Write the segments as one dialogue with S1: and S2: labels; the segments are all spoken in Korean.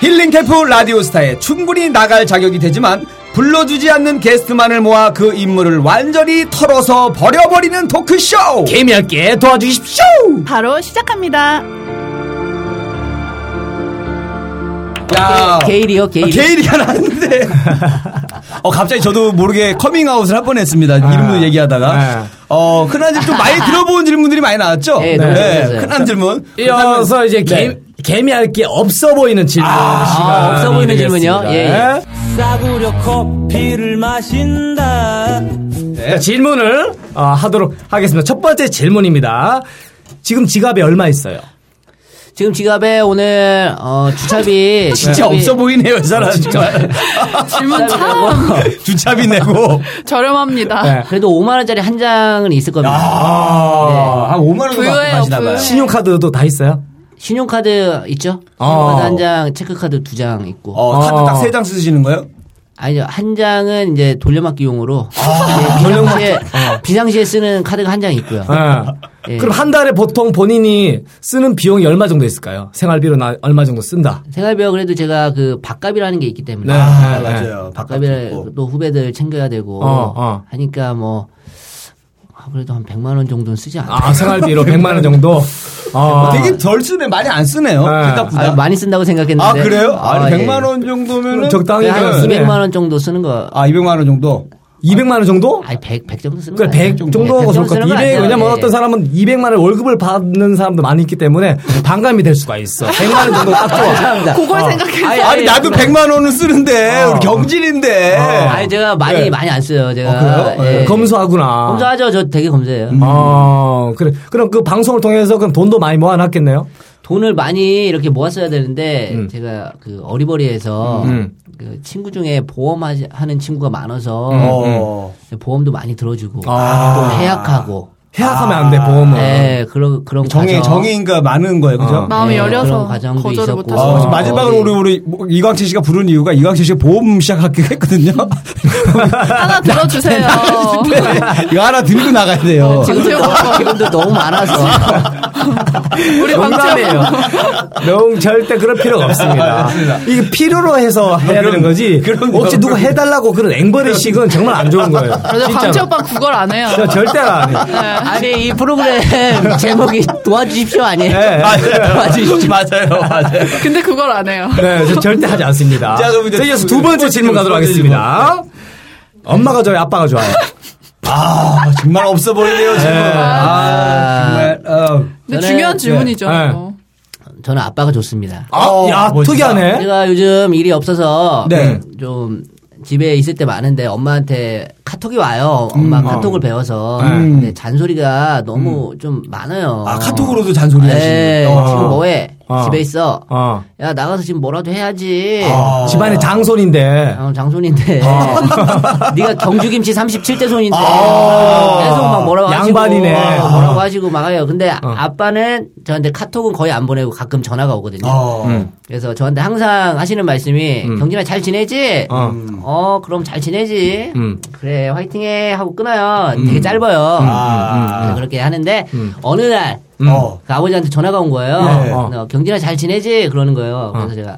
S1: 힐링 캠프 라디오스타에 충분히 나갈 자격이 되지만 불러주지 않는 게스트만을 모아 그 인물을 완전히 털어서 버려버리는 토크쇼
S2: 개미할게 도와주십시오.
S3: 바로 시작합니다.
S1: 야
S2: 게일이요 게일.
S1: 아. 게일이가 나는데 어 갑자기 저도 모르게 커밍아웃을 할 뻔했습니다 이름도 얘기하다가
S4: 네.
S1: 어 흔한 질문 좀 많이 들어본 질문들이 많이 나왔죠
S2: 네, 너무 재밌었어요.
S1: 흔한 질문
S4: 이어서 이제
S1: 네.
S4: 개, 개미할 게 없어 보이는 질문.
S2: 아,
S4: 시간이
S2: 없어 보이는
S4: 되겠습니다.
S2: 질문이요? 예, 예.
S4: 네.
S5: 싸구려 커피를 마신다.
S4: 자, 질문을 어, 하도록 하겠습니다. 첫 번째 질문입니다. 지금 지갑에 얼마 있어요?
S2: 지금 지갑에 오늘 어, 주차비
S1: 진짜
S2: 주차비-
S1: 없어 보이네요 아, 이 사람 정말
S3: 질문 뭐
S2: 아,
S3: 참
S2: 주차비라고
S1: 주차비 내고
S3: 아,
S2: 아.
S3: 저렴합니다.
S4: 네.
S2: 뭐. 그래도 5만 원짜리 한 장은 있을 겁니다.
S1: 아, 한 5만 원도
S3: 부유해요,
S1: 마시나 봐요.
S2: 네.
S3: 부유해.
S4: 신용카드도 다 있어요?
S2: 신용카드 있죠?
S4: 어.
S2: 신용카드 한 장, 체크카드 두 장 있고.
S1: 어, 카드
S4: 어.
S1: 딱 세 장 쓰시는 거예요?
S2: 아니요, 한 장은 이제 돌려막기용으로 예, 비상시에 비상시에 쓰는 카드가 한 장 있고요.
S4: 예.
S2: 예.
S4: 그럼 한 달에 보통 본인이 쓰는 비용이 얼마 정도 있을까요? 생활비로 나, 얼마 정도 쓴다.
S2: 생활비가 그래도 제가 그 밥값이라는 게 있기 때문에
S1: 아,
S4: 네, 네.
S1: 맞아요. 바깥도
S2: 밥값을 또 후배들 챙겨야 되고
S4: 어, 어.
S2: 하니까 뭐 아, 그래도 한 100만 원 정도는 쓰지 않아요.
S4: 아, 생활비로 100만 원 정도? 어.
S1: 되게 덜 쓰네. 많이 안 쓰네요.
S4: 네.
S1: 생각보다.
S2: 아, 많이 쓴다고 생각했는데.
S1: 아, 그래요? 아,
S2: 예.
S1: 100만 원 정도면은
S4: 적당히
S2: 그냥 한
S4: 그냥
S2: 200만 원 정도 쓰는 거.
S1: 아, 200만 원 정도.
S4: 200만 원 정도?
S2: 아니 100, 100 정도 쓰는 거.
S4: 그러니까 100
S2: 네,
S4: 정도가 좋을 것 같아요. 200, 왜냐면 어떤 사람은 200만 원 월급을 받는 사람도 많이 있기 때문에 반감이 될 수가 있어. 100만 원 정도 딱 좋아.
S3: 그걸 생각해서
S2: 어. 아니,
S1: 아니, 나도 100만 원은 쓰는데 우리 경진인데.
S2: 어,
S4: 네.
S2: 아니 제가 많이 많이 안 써요. 제가.
S1: 그래요? 예.
S4: 어, 검소하구나.
S2: 아, 검사하죠. 저 되게 검사해요.
S4: 아, 그래. 그럼 그 방송을 통해서 그럼 돈도 많이 모아놨겠네요?
S2: 돈을 많이 이렇게 모았어야 되는데
S4: 음.
S2: 제가 그 어리버리해서 그 친구 중에 보험하는 친구가 많아서
S1: 어.
S2: 보험도 많이 들어주고
S4: 음, 아. 음.
S2: 또 해약하고
S4: 해약하면 안 돼, 보험은.
S2: 네, 그런 그런
S1: 정의
S2: 과정.
S1: 정의인가 많은 거예요. 그죠?
S4: 어.
S3: 마음이
S2: 네,
S3: 여려서
S2: 그런 과정도
S3: 거절을
S2: 있었고.
S1: 아,
S3: 못하셨어요.
S2: 어,
S1: 마지막으로
S2: 어,
S1: 우리 우리 뭐 이광채 씨가 부른 이유가 이광채 씨가 보험 시작하기로 했거든요.
S3: 하나 들어주세요.
S1: 이거 하나 들고 나가야 돼요.
S2: 어, 지금도 지금도 너무 많아서
S3: 우리
S4: 농담이에요.
S3: 방금
S4: 너무 절대 그럴 필요가 없습니다. 이게 필요로 해서 해야 되는 거지.
S1: 그럼요.
S4: 혹시 누가 해달라고 그런 앵벌의식은 정말 안 좋은 거예요.
S3: 그래서 광채
S4: 진짜로.
S3: 아, 오빠 그걸 안 해요.
S4: 저 절대 안 해요.
S2: 아니 이 프로그램 제목이 도와주십시오 아니에요?
S4: 네.
S1: 맞아요. 맞아요. 맞아요.
S3: 근데 그걸 안 해요.
S4: 네, 저 절대 하지 않습니다.
S1: 자, 그럼 이제
S4: 자, 이어서
S1: 두
S4: 두 번째
S1: 번째
S4: 질문 가도록
S1: 두 번째
S4: 하겠습니다. 엄마가 좋아요, 아빠가 좋아요.
S1: 아, 정말 없어 보이네요, 지금. 아, 정말. 어.
S3: 근데
S2: 저는-
S3: 중요한 질문이죠.
S4: 네.
S3: 어.
S2: 저는 아빠가 좋습니다.
S4: 아,
S1: 어,
S4: 야,
S1: 멋있다.
S4: 특이하네.
S2: 제가 요즘 일이 없어서
S1: 네.
S2: 좀 집에 있을 때 많은데 엄마한테 카톡이 와요.
S1: 음.
S2: 엄마 카톡을 배워서 근데 잔소리가 너무 좀 많아요.
S1: 아, 카톡으로도 잔소리
S2: 네,
S1: 하시는.
S2: 지금 뭐해?
S4: 어.
S2: 집에 있어.
S4: 어.
S2: 야 나가서 지금 뭐라도 해야지.
S1: 아.
S4: 집안의 장손인데.
S2: 어, 장손인데
S4: 아.
S2: 네가 경주김치 37대 손인데
S1: 아.
S2: 계속 막 뭐라고
S4: 양반이네. 아. 어.
S2: 하시고 뭐라고 하시고 막아요. 근데 아빠는 저한테 카톡은 거의 안 보내고 가끔 전화가 오거든요.
S4: 아.
S1: 어.
S2: 그래서 저한테 항상 하시는 말씀이 경진아 잘 지내지?
S4: 음. 어.
S2: 어, 그럼 잘 지내지.
S4: 음.
S2: 그래 화이팅해 하고 끊어요. 되게 짧아요.
S1: 아.
S2: 음, 음, 음. 그렇게 하는데 어느 날
S1: 어.
S2: 그 아버지한테 전화가 온 거예요.
S1: 네.
S2: 어, 어, 경진아 잘 지내지? 그러는
S4: 어.
S2: 거예요. 그래서 제가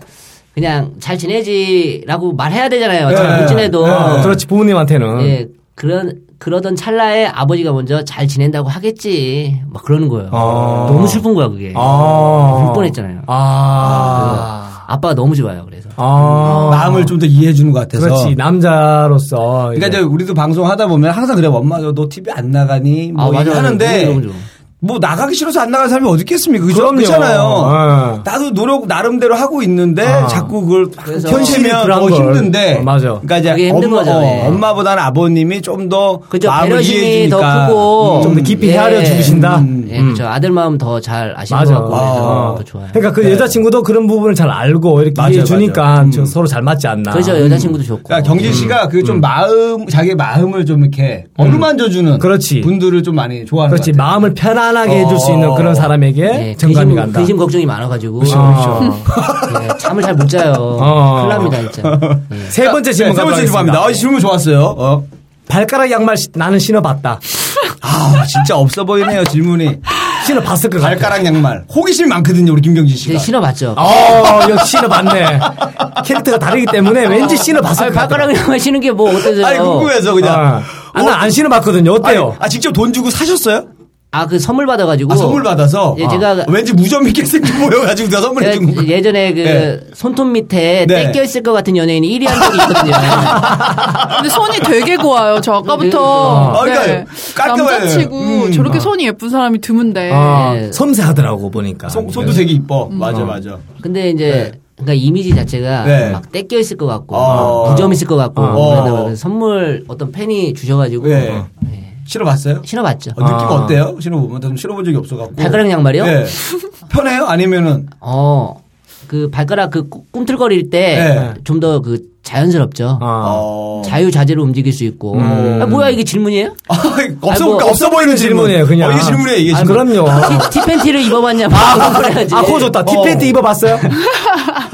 S2: 그냥 잘 지내지라고 말해야 되잖아요. 잘
S1: 네.
S2: 못 지내도.
S4: 어, 그렇지, 부모님한테는.
S2: 예, 그런 그러던 찰나에 아버지가 먼저 잘 지낸다고 하겠지. 막 그러는 거예요.
S4: 어.
S2: 너무 슬픈 거야 그게.
S4: 아.
S2: 울 뻔했잖아요.
S4: 아.
S2: 아빠가 너무 좋아요. 그래서.
S4: 아.
S1: 마음을 좀 더 이해해 주는 것 같아서.
S4: 그렇지, 남자로서.
S1: 그러니까
S4: 이제.
S1: 이제 우리도 방송 하다 보면 항상 그래 엄마 너 TV 안 나가니 뭐
S2: 아, 맞아,
S1: 이렇게
S2: 맞아.
S1: 하는데
S2: 너무 좋아.
S1: 뭐 나가기 싫어서 안 나가는 사람이 어디 있겠습니까? 그죠?
S4: 그럼요.
S1: 그렇잖아요.
S4: 예.
S1: 나도 노력 나름대로 하고 있는데
S4: 아.
S1: 자꾸 그걸
S2: 그래서
S1: 현실이면
S4: 그런
S1: 더
S4: 걸.
S1: 힘든데.
S4: 어, 맞아.
S1: 그러니까
S2: 그게
S1: 이제
S2: 힘든
S1: 엄마,
S2: 거죠, 예.
S1: 보다는 아버님이 좀 더
S2: 그죠.
S1: 마음을 이해해
S2: 배려심이 더
S1: 주니까. 음,
S2: 크고
S4: 좀더 깊이 헤아려 주신다?
S2: 예, 그죠. 아들 마음 더 잘 아시는
S4: 맞아.
S2: 것 같고 그래서
S1: 아.
S2: 더 좋아요.
S4: 그러니까 그 여자친구도 그런 부분을 잘 알고 이렇게
S1: 맞아요,
S4: 이해해 주니까
S1: 맞아요.
S4: 저 서로 잘 맞지 않나.
S2: 그래서 여자친구도 좋고.
S1: 그러니까 경진 씨가 그 좀 마음 자기 마음을 좀 이렇게 어루만져 주는
S4: 그렇지.
S1: 분들을 좀 많이 좋아하는
S4: 그렇지
S1: 것 같아요.
S4: 마음을 편안하게 해줄 수 있는
S1: 어. 그
S4: 그런 사람에게
S2: 예,
S4: 정감이
S2: 근심-
S4: 간다.
S2: 근심 걱정이 많아가지고.
S4: 그렇죠.
S2: 예, 잠을 잘 못 자요.
S4: 어.
S2: 큰일 납니다, 진짜. 예.
S4: 세 번째 질문
S1: 네, 세
S4: 가도록
S1: 번째 질문입니다. 아,
S4: 하겠습니다.
S1: 질문 좋았어요. 어.
S4: 발가락 양말 시- 나는 신어봤다.
S1: 아 진짜 없어 보이네요 질문이.
S4: 신을 봤을 것 같아.
S1: 발가락 양말. 호기심이 많거든요, 우리 김경진
S2: 제
S1: 씨가.
S2: 신어봤죠.
S1: 아,
S4: 어, 역시 신을 봤네. 캐릭터가 다르기 때문에 왠지 신을 봤을
S2: 아니,
S4: 것 같아.
S2: 발가락 양말 신은 게 뭐 어때서요?
S1: 아니, 궁금해서 그냥. 어,
S4: 아, 난안 신을 봤거든요. 어때요? 뭐?
S1: 아니, 아, 직접 돈 주고 사셨어요?
S2: 아, 그 선물 받아가지고.
S1: 아, 선물 받아서?
S2: 예, 제가-
S1: 아, 왠지 무좀 있게 생겨 보여가지고 내가 선물해 준
S2: 제가
S1: 거.
S2: 예전에 그
S1: 네.
S2: 손톱
S1: 네.
S2: 밑에 떼껴 있을 것 같은 연예인이 1위 한 적이 있거든요.
S3: 근데 손이 되게 고와요. 저 아까부터
S1: 아,
S3: 네.
S1: 그러니까요. 깔끔해요.
S3: 남자치고
S1: 음.
S3: 저렇게 손이 예쁜 사람이 드문데
S4: 아,
S2: 예.
S4: 섬세하더라고 보니까.
S1: 손, 손도 되게 이뻐.
S2: 음.
S4: 어.
S1: 맞아, 맞아.
S2: 근데 이제 그러니까 이미지 자체가
S1: 네.
S2: 막 떼껴 있을 것 같고
S1: 어.
S2: 무점 있을 것 같고
S1: 어.
S2: 그러다가 선물 어떤 팬이 주셔가지고
S1: 예.
S4: 어,
S1: 실어봤어요?
S2: 신어봤죠.
S1: 어,
S4: 아.
S1: 느낌 어때요? 신어보면 좀 실어본 적이 없어갖고.
S2: 발가락 양말이요?
S1: 예. 편해요? 아니면은
S2: 어. 그 발가락 그 꾸- 꿈틀거릴 때
S1: 네.
S2: 좀 더 그 자연스럽죠.
S4: 아.
S1: 어.
S2: 자유자재로 움직일 수 있고. 아, 뭐야 이게 질문이에요?
S1: 아, 없어,
S2: 뭐,
S1: 없어 보이는 질문.
S4: 질문이에요, 그냥.
S1: 어, 이게 질문이에요, 이게
S4: 아,
S1: 질문.
S4: 그럼요. 아,
S2: 티, 티팬티를 입어봤냐? 아, 그래야지.
S4: 코 좋다. 티팬티
S1: 어.
S4: 입어봤어요?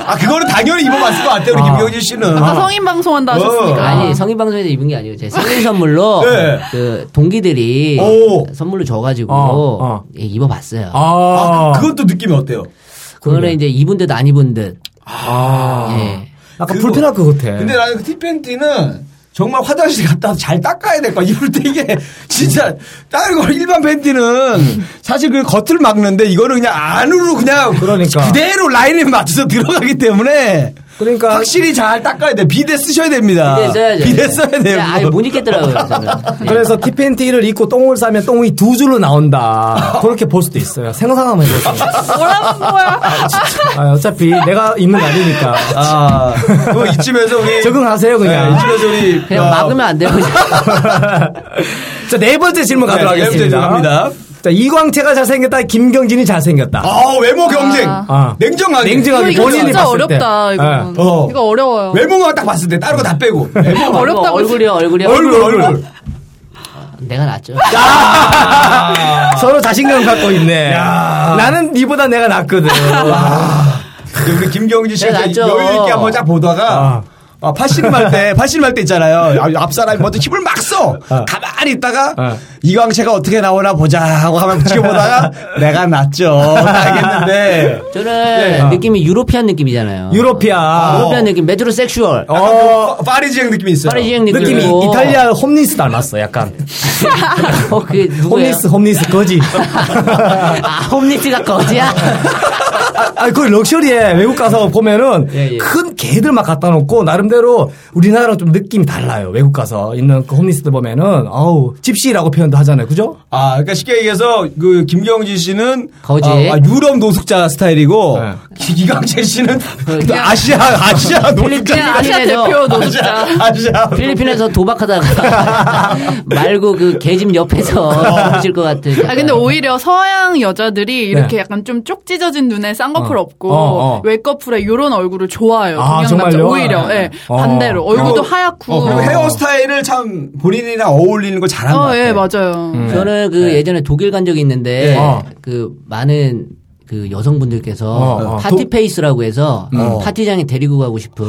S1: 아, 그거는 당연히 입어봤을 것 같아요, 우리 김경진 씨는.
S3: 아까 성인
S1: 어.
S3: 방송한다 하셨으니까
S2: 아니 성인 방송에서 입은 게 아니고 제 생일 선물로
S1: 네.
S2: 그 동기들이
S1: 오.
S2: 선물로 줘가지고
S4: 어, 어.
S2: 예, 입어봤어요.
S1: 아,
S4: 아,
S1: 그건 또 느낌이 어때요?
S2: 그거는 이제 입은 듯 안 입은 듯.
S4: 아.
S2: 예.
S4: 약간
S1: 그거-
S4: 불편할 것 같아.
S1: 근데 나는 그 티팬티는 정말 화장실 갔다 와서 잘 닦아야 될 거야. 입을 때 이게 진짜 다른 거 일반 팬티는 사실 그 겉을 막는데 이거는 그냥 안으로 그냥
S4: 그러니까.
S1: 그대로 라인에 맞춰서 들어가기 때문에
S4: 그러니까-
S1: 확실히 잘 닦아야 돼. 비데 쓰셔야 됩니다.
S2: 비대 써야죠.
S1: 아, 비데 써야 돼요.
S2: 아예 못 입겠더라고요. 저는. 예.
S4: 그래서 티팬티를 입고 똥을 싸면 똥이 두 줄로 나온다. 그렇게 볼 수도 있어요. 생각하면 해보세요.
S3: 뭐라는 거야?
S4: 아, 어차피 내가 입는 거 아니니까.
S1: 아, 그거 이쯤에서 우리
S4: 적응하세요,
S1: 네,
S4: 그냥.
S1: 이쯤에서 우리
S2: 예. 그냥
S1: 어,
S2: 막으면 안 돼요. 그냥.
S4: 자, 네 번째 질문 가도록
S1: 네, 네 번째
S4: 하겠습니다.
S1: 질문입니다.
S4: 자, 이광채가 잘생겼다, 김경진이 잘생겼다.
S1: 아 외모 경쟁.
S4: 아.
S1: 냉정하게.
S4: 냉정하게.
S3: 이거
S4: 본인이
S3: 진짜
S4: 봤을 때.
S3: 어렵다 이거
S1: 예. 어.
S3: 이거 어려워요.
S1: 외모만 딱 봤을 때 다른 거 다 빼고. 외모.
S3: 어렵다고
S2: 뭐 얼굴이요, 얼굴이요.
S1: 얼굴 얼굴.
S2: 내가 낫죠.
S1: 아.
S4: 서로 자신감 갖고 있네. 나는 니보다 내가 낫거든.
S1: 아. 그 김경진 씨가
S2: 네,
S1: 이제
S2: 맞죠.
S1: 여유 있게 한번 쫙 보다가
S4: 아.
S1: 아, 팔씨름 할 때, 팔씨름 할 때 있잖아요.
S2: 네.
S1: 앞- 앞사람이 먼저 힘을 막 써!
S2: 아.
S1: 가만히 있다가,
S4: 어.
S1: 이광채가 어떻게 나오나 보자 하고 가만히 지켜보다가, 내가 낫죠. 알겠는데.
S2: 저는
S1: 네.
S2: 느낌이 유로피안 느낌이잖아요.
S4: 유로피아.
S2: 유로피안 느낌, 매트로 섹슈얼.
S1: 어, 파리지행 느낌이 있어요.
S2: 파리지행 느낌.
S4: 느낌이
S2: 그리고-
S4: 이탈리아 홈리스 닮았어, 약간.
S2: 어, 그게 누구예요?
S4: 홈리스, 홈리스, 거지.
S2: 아, 홈리스가 거지야?
S4: 아, 거기 럭셔리에 외국 가서 보면은
S2: 예, 예.
S4: 큰 개들 막 갖다 놓고 나름대로 우리나라랑 좀 느낌이 달라요. 외국 가서 있는 그 홈리스들 보면은 아우 집시라고 표현도 하잖아요. 그죠?
S1: 아, 그러니까 쉽게 얘기해서 그 김경진 씨는
S2: 거지.
S1: 아, 아, 유럽 노숙자 스타일이고
S4: 네.
S1: 기- 이광재 씨는 또
S2: 그냥-
S1: 아시아 아시아
S2: 필리핀
S1: 노숙자
S3: 아시아
S2: 아시아에서
S3: 대표
S1: 아시아
S3: 노숙자
S1: 아시아
S2: 필리핀에서 도박하다가 말고 그 개집 옆에서 보실 것 같은.
S3: 아 근데 오히려 서양 여자들이 이렇게
S4: 네.
S3: 약간 좀 쪽 찢어진 눈에 쌍꺼풀 없고
S4: 어, 어.
S3: 외꺼풀에 요런 얼굴을 좋아해요.
S4: 아,
S3: 동양 남자
S4: 정말요?
S3: 오히려 예.
S4: 어.
S3: 반대로 얼굴도 하얗고
S1: 어, 그리고 헤어스타일을 참 본인이랑 어울리는 걸 잘한 것
S3: 어,
S1: 같아요.
S3: 예, 맞아요.
S2: 저는 그 예전에 독일 간 적이 있는데
S4: 네. 어.
S2: 그 많은 그 여성분들께서
S4: 어, 어.
S2: 파티 페이스라고 해서 파티장에 데리고 가고 싶은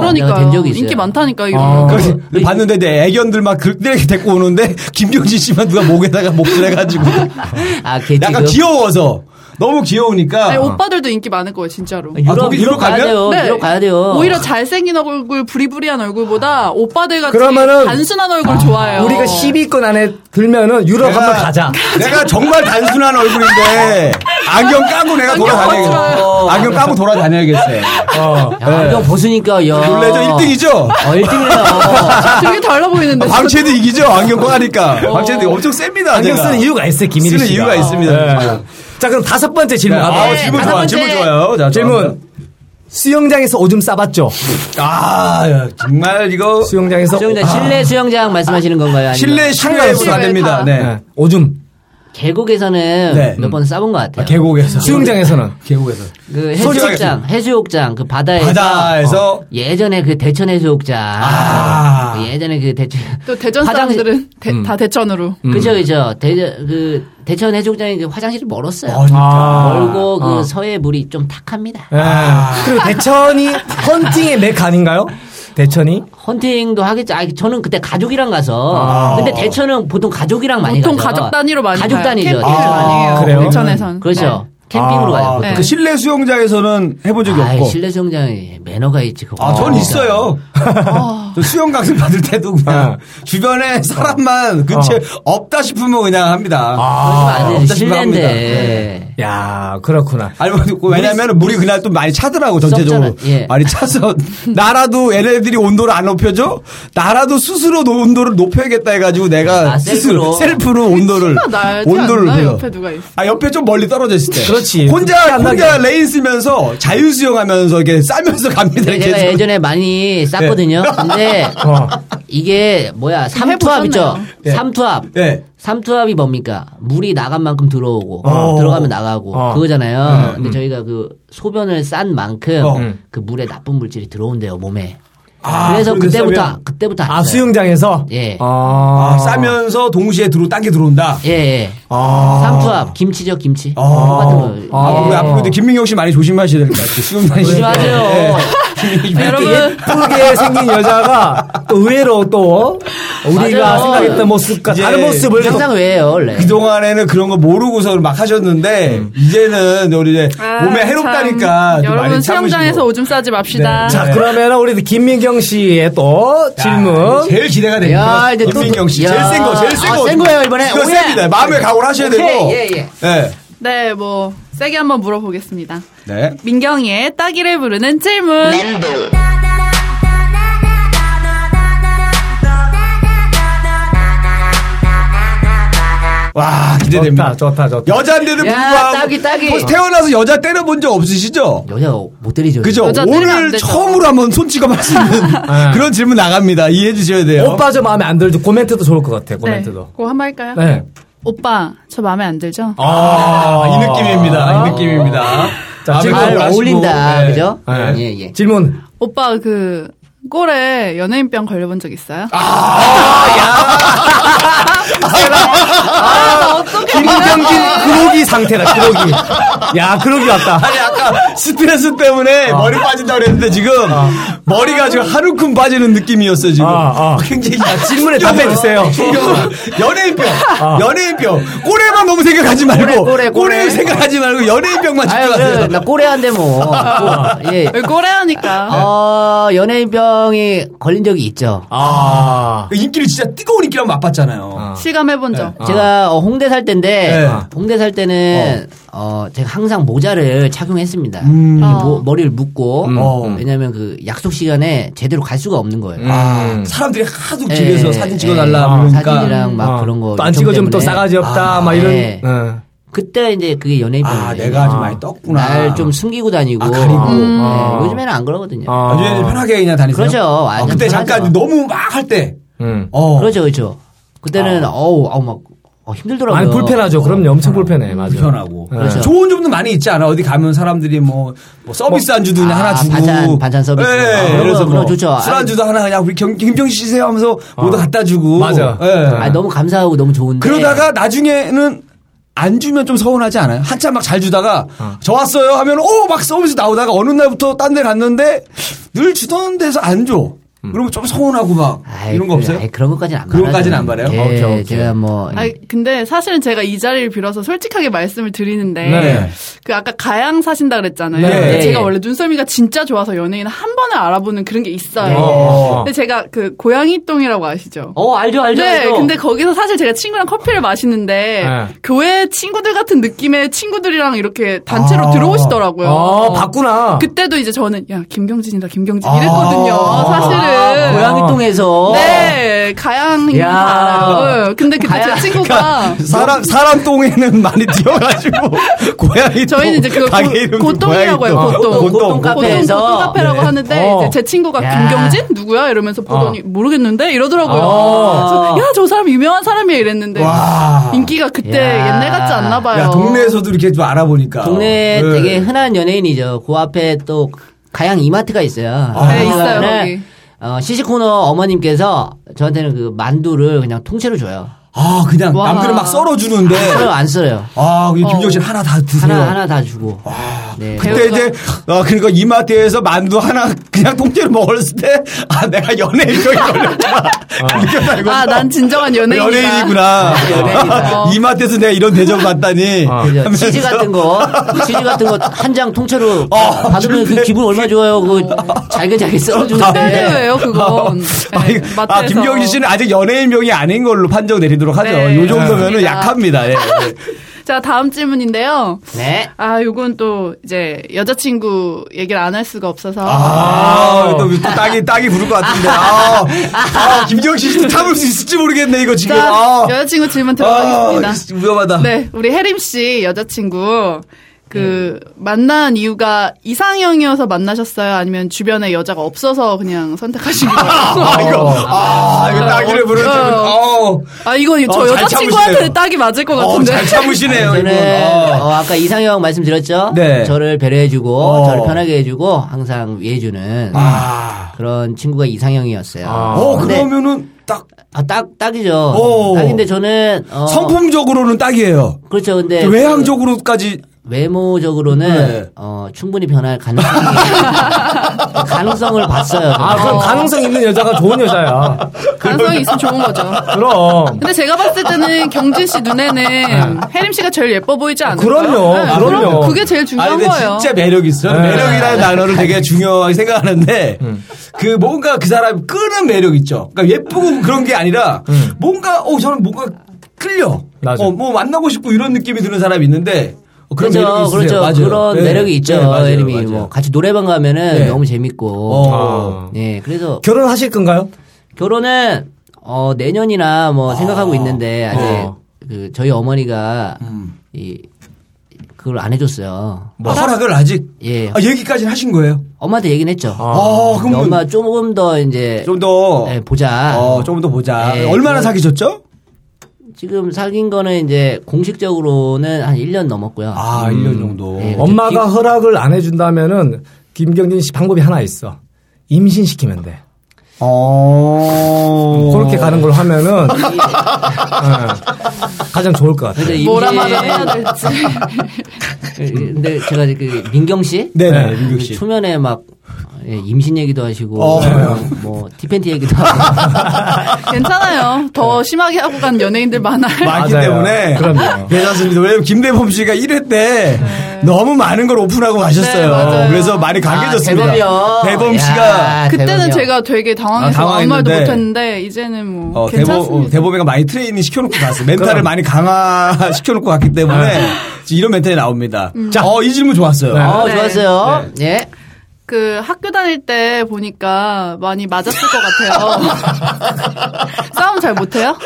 S3: 그러니까
S2: 된 적이 있어요.
S3: 인기 많다니까 이거.
S1: 그래서 봤는데 내 애견들 막 그렇게 데리고 오는데 김경진 씨만 누가 목에다가 목줄 해가지고
S2: 아, 개집.
S1: 약간 귀여워서 너무 귀여우니까
S3: 아니, 오빠들도 인기 많을 거예요, 진짜로.
S2: 유럽,
S1: 아, 독일-
S2: 유럽
S1: 유럽
S2: 가야
S1: 가면?
S2: 돼요.
S3: 네.
S2: 유럽 가야 돼요.
S3: 오히려 잘생긴 얼굴, 부리부리한 얼굴보다 오빠들 같이
S4: 그러면은
S3: 단순한 얼굴
S2: 어.
S3: 좋아해요.
S4: 우리가 10위권 안에 들면은 유럽 한번 가자.
S1: 내가 정말 단순한 얼굴인데 안경 까고 내가 돌아다녀야겠어. 안경 까고 돌아다녀야겠어요.
S4: 어.
S2: 야, 이거 벗으니까 야.
S1: 놀래죠 1등이죠.
S2: 어, 1등이에요.
S3: 되게 달라 보이는데.
S1: 광채도 이기죠 안경 까니까. 광채도 엄청 셉니다.
S4: 안경
S1: 제가.
S4: 쓰는 이유가 있어요, 김일희
S1: 쓰는
S4: 씨가.
S1: 이유가 있습니다.
S4: 네. 자, 그럼 다섯 번째 질문
S1: 아,
S4: 가도록
S1: 아,
S4: 하겠습니다.
S1: 질문
S3: 다섯
S1: 좋아.
S3: 번째.
S1: 질문 좋아요. 자,
S4: 네. 질문. 수영장에서 오줌 싸봤죠?
S1: 아, 야, 정말 이거
S4: 수영장에서 아,
S2: 수영장, 실내 수영장 말씀하시는 건가요? 아니면-
S1: 실내 실내에서 안 됩니다.
S4: 네.
S1: 네.
S4: 오줌.
S2: 계곡에서는
S1: 네.
S2: 몇 번 싸본 것 같아요.
S1: 계곡에서
S4: 수영장에서는
S1: 계곡에서
S2: 그
S1: 솔직하게.
S2: 해수욕장, 해수욕장, 그 바다에서.
S1: 바다에서
S2: 예전에 그 대천 해수욕장.
S1: 아.
S2: 그 예전에 그 대천.
S3: 또 대전
S2: 화장실- 음.
S3: 사람들은 대- 다 대천으로.
S1: 음.
S2: 그죠, 그죠. 대전, 그 대천 해수욕장이 그 화장실이 멀었어요.
S1: 어, 진짜.
S2: 멀고
S1: 어.
S2: 그 서해 물이
S4: 네.
S2: 좀 탁합니다.
S1: 아.
S4: 예. 그리고 대천이 헌팅의 맥 아닌가요? 대천이
S2: 헌팅도 하겠지. 아, 저는 그때 가족이랑 가서.
S1: 아.
S2: 근데 대천은 보통 가족이랑 많이
S3: 보통
S2: 가죠.
S3: 가족 단위로 많이
S2: 가족
S3: 가요.
S2: 단위죠.
S3: 캠핑을
S2: 대천은.
S3: 많이 해요.
S4: 그래요?
S3: 대천에선.
S2: 그렇죠.
S3: 네.
S2: 캠핑으로
S1: 아,
S2: 가요. 보통.
S3: 네.
S1: 그 실내 수영장에서는 해본 적이
S2: 아이,
S1: 없고.
S2: 실내 수영장에 매너가 있지. 그거.
S1: 아, 전 있어요. 저 수영 강습 받을 때도 그냥 주변에 사람만 근처에 없다 싶으면 그냥 합니다. 아, 없다
S2: 그러시면 안 되지.
S1: 네. 싶으면
S2: 실내인데.
S1: 합니다.
S4: 야, 그렇구나.
S1: 아니, 뭐, 왜냐면 물이 그날 또 많이 차더라고, 전체적으로.
S2: 썩잖아, 예.
S1: 많이 차서. 나라도 얘네들이 온도를 안 높여줘? 나라도 스스로 노- 온도를 높여야겠다 해가지고 내가
S2: 아,
S1: 스스로,
S2: 셀프로.
S1: 셀프로 온도를.
S3: 티가 나지
S1: 온도를.
S3: 네. 아, 않나?
S1: 해요.
S3: 옆에 누가 있어.
S1: 아, 옆에 좀 멀리 떨어져 있을 때.
S4: 그렇지.
S1: 혼자,
S4: 안 나게.
S1: 혼자 레인 쓰면서 자유수영하면서 이렇게 싸면서 갑니다.
S2: 근데
S1: 이렇게
S2: 제가
S1: 해서.
S2: 예전에
S1: 네.
S2: 많이 쌌거든요. 근데
S4: 어.
S2: 이게 뭐야
S3: 좀
S2: 삼투압 있죠?
S3: 해보셨나요?
S1: 네.
S2: 삼투압.
S1: 네.
S2: 삼투압이 뭡니까? 물이 나간 만큼 들어오고
S4: 어.
S2: 들어가면 나가고
S4: 어.
S2: 그거잖아요. 근데 저희가 그 소변을 싼 만큼
S1: 어.
S2: 그 물에 나쁜 물질이 들어온대요 몸에.
S1: 아,
S2: 그래서
S1: 그래서
S2: 그때부터
S1: 싸면?
S2: 그때부터 안
S4: 아,
S2: 써요.
S4: 수영장에서?
S2: 예.
S4: 아,
S1: 아, 싸면서 동시에 들어, 딴게 들어온다.
S2: 예. 예.
S1: 아.
S2: 삼투압 김치죠 김치.
S1: 아.
S2: 똑같은 거.
S1: 아,
S2: 예.
S1: 우리 앞으로도 김민경 씨 많이 조심하셔야 될 것 같아요. 수영 다니실 때.
S2: 조심하세요.
S1: 예.
S3: 여러분
S4: 예쁘게 생긴 여자가 또 의외로 또 우리가
S2: 맞아요.
S4: 생각했던 모습과
S1: 이제
S4: 다른 모습을 뭐 또
S2: 항상 왜요 원래?
S1: 그동안에는 그런 거 모르고서 막 하셨는데,
S2: 음.
S1: 이제는 우리 이제
S3: 아,
S1: 몸에 해롭다니까. 좀
S3: 참.
S1: 많이
S3: 여러분 수영장에서
S1: 참으시고.
S3: 오줌 싸지 맙시다.
S1: 네.
S4: 자, 그러면 우리 김민경 씨의 또
S1: 야,
S4: 질문.
S1: 제일 기대가 됩니다.
S2: 야, 이제 또-
S1: 김민경 씨.
S2: 야.
S1: 제일 센 거, 제일 센
S2: 아,
S1: 거.
S2: 센 거예요, 이번에?
S1: 이거
S2: 오예.
S1: 셉니다. 마음의 각오를 하셔야
S2: 오케이,
S1: 되고.
S2: 예, 예.
S1: 네.
S3: 네, 뭐 세게 한번 물어보겠습니다.
S1: 네.
S3: 민경이의 따기를 부르는 질문. 네.
S1: 와, 기대됩니다.
S4: 좋다, 좋다, 좋다.
S1: 여자인데도
S2: 야,
S1: 불구하고.
S2: 따기, 따기.
S1: 혹시 태어나서 여자 때려본 적 없으시죠?
S2: 여자 못 때리죠.
S1: 그죠?
S3: 여자 때리면 안
S1: 오늘
S3: 되죠.
S1: 처음으로 한번 손찌검할 수 있는 그런 질문 나갑니다. 이해해 주셔야 돼요.
S4: 네. 오빠 저 마음에 안 들죠? 코멘트도 좋을 것
S3: 네,
S4: 같아요, 코멘트도.
S3: 그거 한번 할까요?
S4: 네.
S3: 오빠, 저 마음에 안 들죠?
S1: 아, 이 느낌입니다. 이 느낌입니다. 아,
S4: 자,
S1: 마음에
S4: 지금
S1: 각오를
S2: 아, 잘
S1: 하시고.
S2: 어울린다.
S1: 네.
S2: 그죠?
S4: 네.
S2: 예, 예.
S4: 질문.
S3: 오빠 그 꼴에 연예인병 걸려본 적 있어요?
S1: 아.
S4: 김민경기 그러기 상태다, 그러기. 야, 그러기 왔다.
S1: 아니 아까 스트레스 때문에
S2: 어.
S1: 머리 빠진다 그랬는데 지금 머리가 지금 하루큼 빠지는 느낌이었어 지금.
S4: 아, 아.
S1: 굉장히
S4: 질문에 답해 주세요.
S1: 충격을- 연예인병, 연예인병. 꼬레만 너무 생각하지 말고
S2: 어. 꼬레, 꼬레, 꼬레.
S1: 꼬레 생각하지 말고 연예인병만
S2: 아유,
S1: 집중하세요.
S2: 나 꼬레한데 뭐. 뭐, 예.
S3: 여기 꼴에 네, 하니까.
S2: 어, 연예인병이 걸린 적이 있죠.
S4: 아.
S1: 그 인기를 진짜 뜨거운 인기랑 맛봤잖아요.
S2: 어.
S3: 실감해본 적.
S2: 제가 어, 홍대 살 때인데,
S1: 아. 네.
S2: 홍대 살 때는, 어, 제가 항상 모자를 착용했습니다. 뭐,
S3: 어.
S2: 모- 머리를 묶고,
S1: 음.
S2: 왜냐면 그 약속 시간에 제대로 갈 수가 없는 거예요.
S1: 아, 사람들이 하도
S2: 음. 예,
S1: 길에서
S2: 예,
S1: 사진
S2: 예.
S1: 찍어달라
S2: 어,
S1: 그러니까
S2: 사진이랑 막 그런 거.
S4: 또안
S2: 요청
S4: 찍어주면 또
S2: 때문에.
S4: 싸가지 없다,
S2: 아,
S4: 막 이런.
S2: 예.
S4: 응.
S2: 그때 이제 그게 연예인병이에요.
S1: 아 내가 아주 많이 떴구나.
S2: 어. 날 좀 숨기고 다니고.
S1: 아, 가리고.
S2: 네,
S4: 아.
S2: 요즘에는 안 그러거든요.
S4: 아.
S1: 아주 어. 편하게 그냥 다니세요.
S2: 어. 그렇죠.
S1: 어,
S2: 완전
S1: 그때 잠깐
S2: 편하죠.
S1: 너무 막 할 때.
S4: 음.
S1: 어.
S2: 그렇죠, 그렇죠. 그때는
S1: 아.
S2: 어우, 어우 막 어, 힘들더라고요.
S4: 아니, 불편하죠. 그럼요. 엄청 불편해. 맞아.
S1: 불편하고
S2: 그렇죠.
S1: 좋은 점도 많이 있지 않아 어디 가면 사람들이 뭐, 뭐 서비스 안주도 그냥
S2: 아,
S1: 하나 주고
S2: 반찬- 반찬 서비스.
S1: 예,
S2: 아,
S1: 예,
S2: 그런
S1: 그래서
S2: 거,
S1: 뭐
S2: 그런 거 좋죠.
S1: 술
S2: 아니- 어.
S1: 안주도 하나 그냥 우리 경, 김병식 씨세요 하면서 모두 갖다 주고
S4: 맞아.
S1: 예.
S2: 아니, 너무 감사하고 너무 좋은데.
S1: 그러다가 나중에는 안 주면 좀 서운하지 않아요? 한참 막 잘 주다가 저 왔어요 하면 오 막 서비스 나오다가 어느 날부터 딴 데 갔는데 늘 주던 데서 안 줘.
S4: 음.
S1: 그러면 좀 서운하고 막
S2: 아이,
S1: 이런 거
S2: 그-
S1: 없어요?
S2: 아이, 그런 것까지는 안 말하죠.
S1: 그런 것까지는 안 말해요?
S2: 예,
S4: 오케이, 오케이.
S2: 제가 뭐
S3: 아 근데 사실은 제가 이 자리를 빌어서 솔직하게 말씀을 드리는데
S1: 네.
S3: 그 아까 가양 사신다 그랬잖아요.
S1: 네.
S3: 근데 제가
S2: 네.
S3: 원래 눈썰미가 진짜 좋아서 연예인 한 번에 알아보는 그런 게 있어요.
S4: 네.
S3: 근데 제가 그 고양이똥이라고 아시죠?
S2: 어, 알죠, 알죠.
S3: 네,
S2: 알죠.
S3: 근데 거기서 사실 제가 친구랑 커피를 마시는데
S4: 네.
S3: 교회 친구들 같은 느낌의 친구들이랑 이렇게 단체로
S1: 아.
S3: 들어오시더라고요.
S4: 아, 봤구나.
S3: 그때도 이제 저는 야 김경진이다 김경진
S1: 아.
S3: 이랬거든요. 사실은
S2: 아, 고양이 똥에서
S3: 네 가양인
S2: 야.
S3: 다 알아요. 근데 그때
S2: 가양.
S3: 제
S1: 그러니까
S3: 친구가
S1: 사람 사람 똥에는 많이 뛰어가지고 고양이
S3: 저희는 이제 그거
S1: 가게 이름도
S3: 고, 똥이라고 해요.
S1: 고양이 똥.
S3: 고똥.
S2: 고똥
S1: 고똥.
S2: 카페.
S3: 고똥
S2: 카페에서.
S3: 고똥 카페라고
S1: 네.
S3: 하는데
S4: 어.
S3: 이제 제 친구가
S2: 야.
S3: 김경진 누구야 이러면서
S1: 어.
S3: 보더니 모르겠는데 이러더라고요.
S2: 어.
S3: 그래서 야저 사람 유명한 사람이야 이랬는데
S1: 와.
S3: 인기가 그때
S2: 야.
S3: 옛날 같지 않나 봐요.
S1: 야, 동네에서도 이렇게 좀 알아보니까.
S2: 동네
S1: 네.
S2: 되게 흔한 연예인이죠. 그 앞에 또 가양 이마트가 있어요.
S1: 아.
S3: 네,
S2: 그래서
S3: 있어요,
S2: 그날,
S3: 거기.
S2: 어, 시시코너 어머님께서 저한테는 그 만두를 그냥 통째로 줘요.
S1: 아, 그냥
S3: 와.
S1: 남들은 막 썰어주는데.
S2: 아, 썰어 안 썰어요.
S1: 아, 김정신 하나 다 네. 드세요.
S2: 하나 하나 다 주고.
S1: 아,
S2: 네.
S1: 그때 이제 어 그러니까 이마트에서 만두 하나 그냥 통째로 먹었을 때 아 내가 연예인 거에 걸렸다. 느꼈다
S3: 아, 난 진정한 연예인이다.
S1: 연예인이구나.
S2: 연예인이다.
S1: 어. 이마트에서 내가 이런 대접 받다니.
S2: 아. 그죠.
S1: 하면서
S2: 치즈 같은 거, 그 치즈 같은 거 한 장 통째로
S1: 어,
S2: 받으면 그
S1: 근데-
S2: 기분 얼마 나 좋아요. 그 잘게잘게
S3: 아,
S2: 썰어주는데.
S3: 요 그건.
S1: 아,
S3: 네,
S1: 이거- 아,
S3: 마트에서.
S1: 김경진 씨는 아직 연예인명이 아닌 걸로 판정 내리도록 하죠.
S3: 네,
S1: 요 정도면은
S3: 그렇습니다.
S1: 약합니다. 예.
S3: 자, 다음 질문인데요.
S2: 네.
S3: 아, 요건 또 이제 여자친구 얘기를 안 할 수가 없어서.
S1: 아, 또, 또 딱이, 딱이 부를 것 같은데. 아, 아 김경진 씨도 참을 수 있을지 모르겠네, 이거 지금.
S3: 자,
S1: 아,
S3: 여자친구 질문 들어가겠습니다.
S1: 아, 위험하다.
S3: 네, 우리 혜림 씨 여자친구 그
S1: 네.
S3: 만난 이유가 이상형이어서 만나셨어요? 아니면 주변에 여자가 없어서 그냥 선택하신 거예요?
S1: 아, 이거, 아, 이거 딱이를 부르는
S3: 어.
S1: 질문. 아우.
S3: 아 이거 저
S1: 어, 잘
S3: 여자친구한테
S1: 참으시네요.
S3: 딱이 맞을 것
S1: 어,
S3: 같은데.
S1: 잘 참으시네요, 이분.
S2: 저는
S1: 아.
S2: 어, 아까 이상형 말씀드렸죠.
S1: 네.
S2: 저를 배려해주고
S1: 어.
S2: 저를 편하게 해주고 항상 위해주는
S1: 아.
S2: 그런 친구가 이상형이었어요.
S1: 어,
S2: 근데-
S1: 그러면은 딱
S2: 아, 딱 딱이죠.
S1: 오.
S2: 딱인데 저는 어,
S1: 성품적으로는 딱이에요.
S2: 그렇죠.
S3: 네.
S2: 근데
S1: 외향적으로까지
S2: 그 외모적으로는
S1: 네.
S2: 어, 충분히 변할 가능성이 가능성을 봤어요.
S4: 아, 그럼
S3: 어.
S4: 가능성 있는 여자가 좋은 여자야.
S3: 가능성이 있으면 좋은 거죠.
S4: 그럼.
S3: 근데 제가 봤을 때는 경진 씨
S1: 네.
S3: 눈에는 혜림 씨가 제일 예뻐 보이지 않아요? 네,
S4: 그럼요, 어,
S2: 네,
S4: 그럼요.
S3: 그게 제일 중요한
S1: 아니, 근데
S3: 거예요.
S1: 진짜 매력 있어. 요
S4: 네. 음.
S1: 매력이라는 단어를 되게 중요하게 생각하는데 그 뭔가 그 사람 끄는 매력 있죠. 그러니까 예쁘고 그런 게 아니라 뭔가 어 저는 뭔가 끌려.
S4: 음. 맞아.
S1: 어 뭐 만나고 싶고 이런 느낌이 드는 사람이 있는데 어, 그런 매력이 있으세요.
S2: 그렇죠.
S1: 맞아요.
S2: 그런
S1: 네.
S2: 매력이 있죠.
S1: 네, 맞아요.
S2: 예림이
S1: 맞아요.
S2: 뭐 같이 노래방 가면은
S1: 네.
S2: 너무 재밌고.
S1: 어.
S4: 아.
S2: 예, 그래서
S4: 결혼하실 건가요?
S2: 결혼은 어 내년이나 뭐 생각하고 있는데 아직
S4: 어.
S2: 그 저희 어머니가
S1: 음.
S2: 이 그걸 안 해줬어요.
S1: 뭐 허락을 아직
S2: 예.
S1: 아, 얘기까지는 하신 거예요.
S2: 엄마한테 얘기는 했죠.
S1: 아,
S2: 근데
S1: 그럼
S2: 엄마 조금 더 이제
S1: 좀더
S2: 예, 보자.
S1: 어, 조금 더 보자.
S2: 네,
S1: 얼마나
S2: 그건-
S1: 사귀셨죠?
S2: 지금 사귄 거는 이제 공식적으로는 한 1년 넘었고요.
S1: 아,
S4: 음.
S1: 1년 정도.
S2: 예.
S4: 엄마가 허락을 안 해준다면은 김경진 씨 방법이 하나 있어. 임신시키면 돼.
S1: 어.
S4: 그렇게 가는 걸로 하면은 예, 가장 좋을 것 같아요.
S2: 근데 임신-
S3: 뭐라마저 해야 될지.
S2: 근데 제가 그 민경 씨
S1: 네네, 민규 씨.
S2: 초면에 막 예, 임신 얘기도 하시고
S1: 어.
S2: 뭐 티팬티 얘기도 하고
S3: 괜찮아요. 더 심하게 하고 간 연예인들 많아요.
S1: 많기
S4: 맞아요.
S1: 때문에
S4: 그럼요.
S1: 괜찮습니다. 왜냐면 김대범 씨가 1회 때 너무 많은 걸 오픈하고
S3: 네,
S1: 가셨어요.
S3: 맞아요.
S1: 그래서 많이 강해졌습니다.
S2: 대범이요.
S1: 대범
S2: 야,
S1: 씨가
S3: 그때는
S2: 아, 대범이요.
S3: 제가 되게 당황해서
S1: 아,
S3: 아무 말도
S1: 당황했는데.
S3: 못했는데 이제는 뭐
S1: 어, 대범,
S3: 괜찮습니다.
S1: 어, 대범이가 많이 트레이닝 시켜놓고 갔어요. 멘탈을
S4: 그럼. 아.
S1: 많이 강화시켜놓고 갔기 때문에 지금 이런 멘탈이 나옵니다.
S3: 음.
S1: 자, 어, 이 질문 좋았어요.
S4: 네.
S2: 어
S3: 네.
S2: 좋았어요. 예.
S3: 그 학교 다닐 때 보니까 많이 맞았을 것 같아요. 싸움 잘 못해요?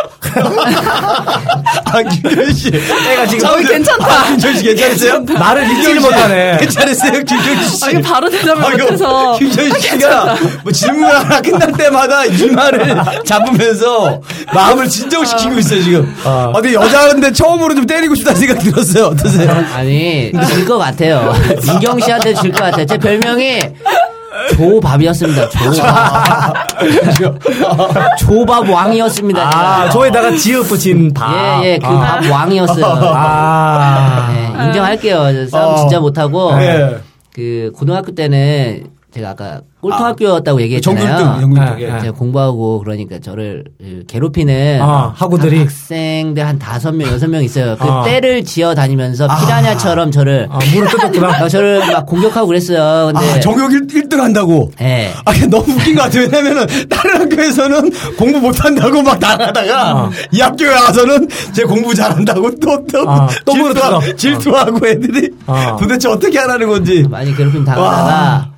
S1: 아, 김현 씨. 내가 지금.
S3: 어, 괜찮다.
S1: 아, 김현 씨 괜찮으세요?
S4: 나를 잊지를 못하네.
S1: 괜찮으세요, 김현 씨?
S3: 아, 이거 바로 대답을
S1: 아이고,
S3: 못해서.
S1: 김현
S2: 아,
S1: 씨가 뭐 질문 하나 끝날 때마다 이마를 잡으면서 마음을
S2: 아.
S1: 진정시키고 있어요, 지금. 어, 근데 여자인데 처음으로 좀 때리고 싶다는 생각이 들었어요. 어떠세요?
S2: 아니 질 것 같아요. 민경 씨한테 질 것 같아요. 제 별명이 조밥이었습니다. 조밥. 아,
S1: 아,
S2: 조밥 왕이었습니다.
S4: 아,
S2: 제가.
S4: 저에다가 지읒 붙인 밥.
S2: 예, 예, 그
S4: 아.
S2: 밥 왕이었어요.
S4: 아.
S2: 네, 인정할게요. 저
S1: 어.
S2: 싸움 진짜 못하고.
S1: 예.
S2: 그, 고등학교 때는 제가 아까 꼴통학교였다고 얘기했잖아요.
S1: 정글등, 정글등.
S4: 예, 예.
S2: 제가 공부하고 그러니까 저를 그 괴롭히는
S4: 아, 학우들이.
S2: 학생들 한 다섯 명, 여섯 명 있어요. 그
S4: 아.
S2: 때를 지어 다니면서 피라냐처럼 저를,
S4: 아, 물을 뜯었구나.
S2: 어, 저를 막 공격하고 그랬어요. 근데.
S1: 아, 정혁 1등 한다고.
S2: 예.
S1: 아, 그게 너무 웃긴 것 같아요. 왜냐면은, 다른 학교에서는 공부 못한다고 막
S2: 아.
S1: 나가다가, 이 학교에 와서는 제 공부 잘한다고 또, 또,
S4: 아, 또
S1: 질투하,
S4: 물어뜯어.
S1: 질투하고 애들이
S4: 아.
S1: 도대체 어떻게 하라는 건지.
S2: 많이 괴롭힘 당하다가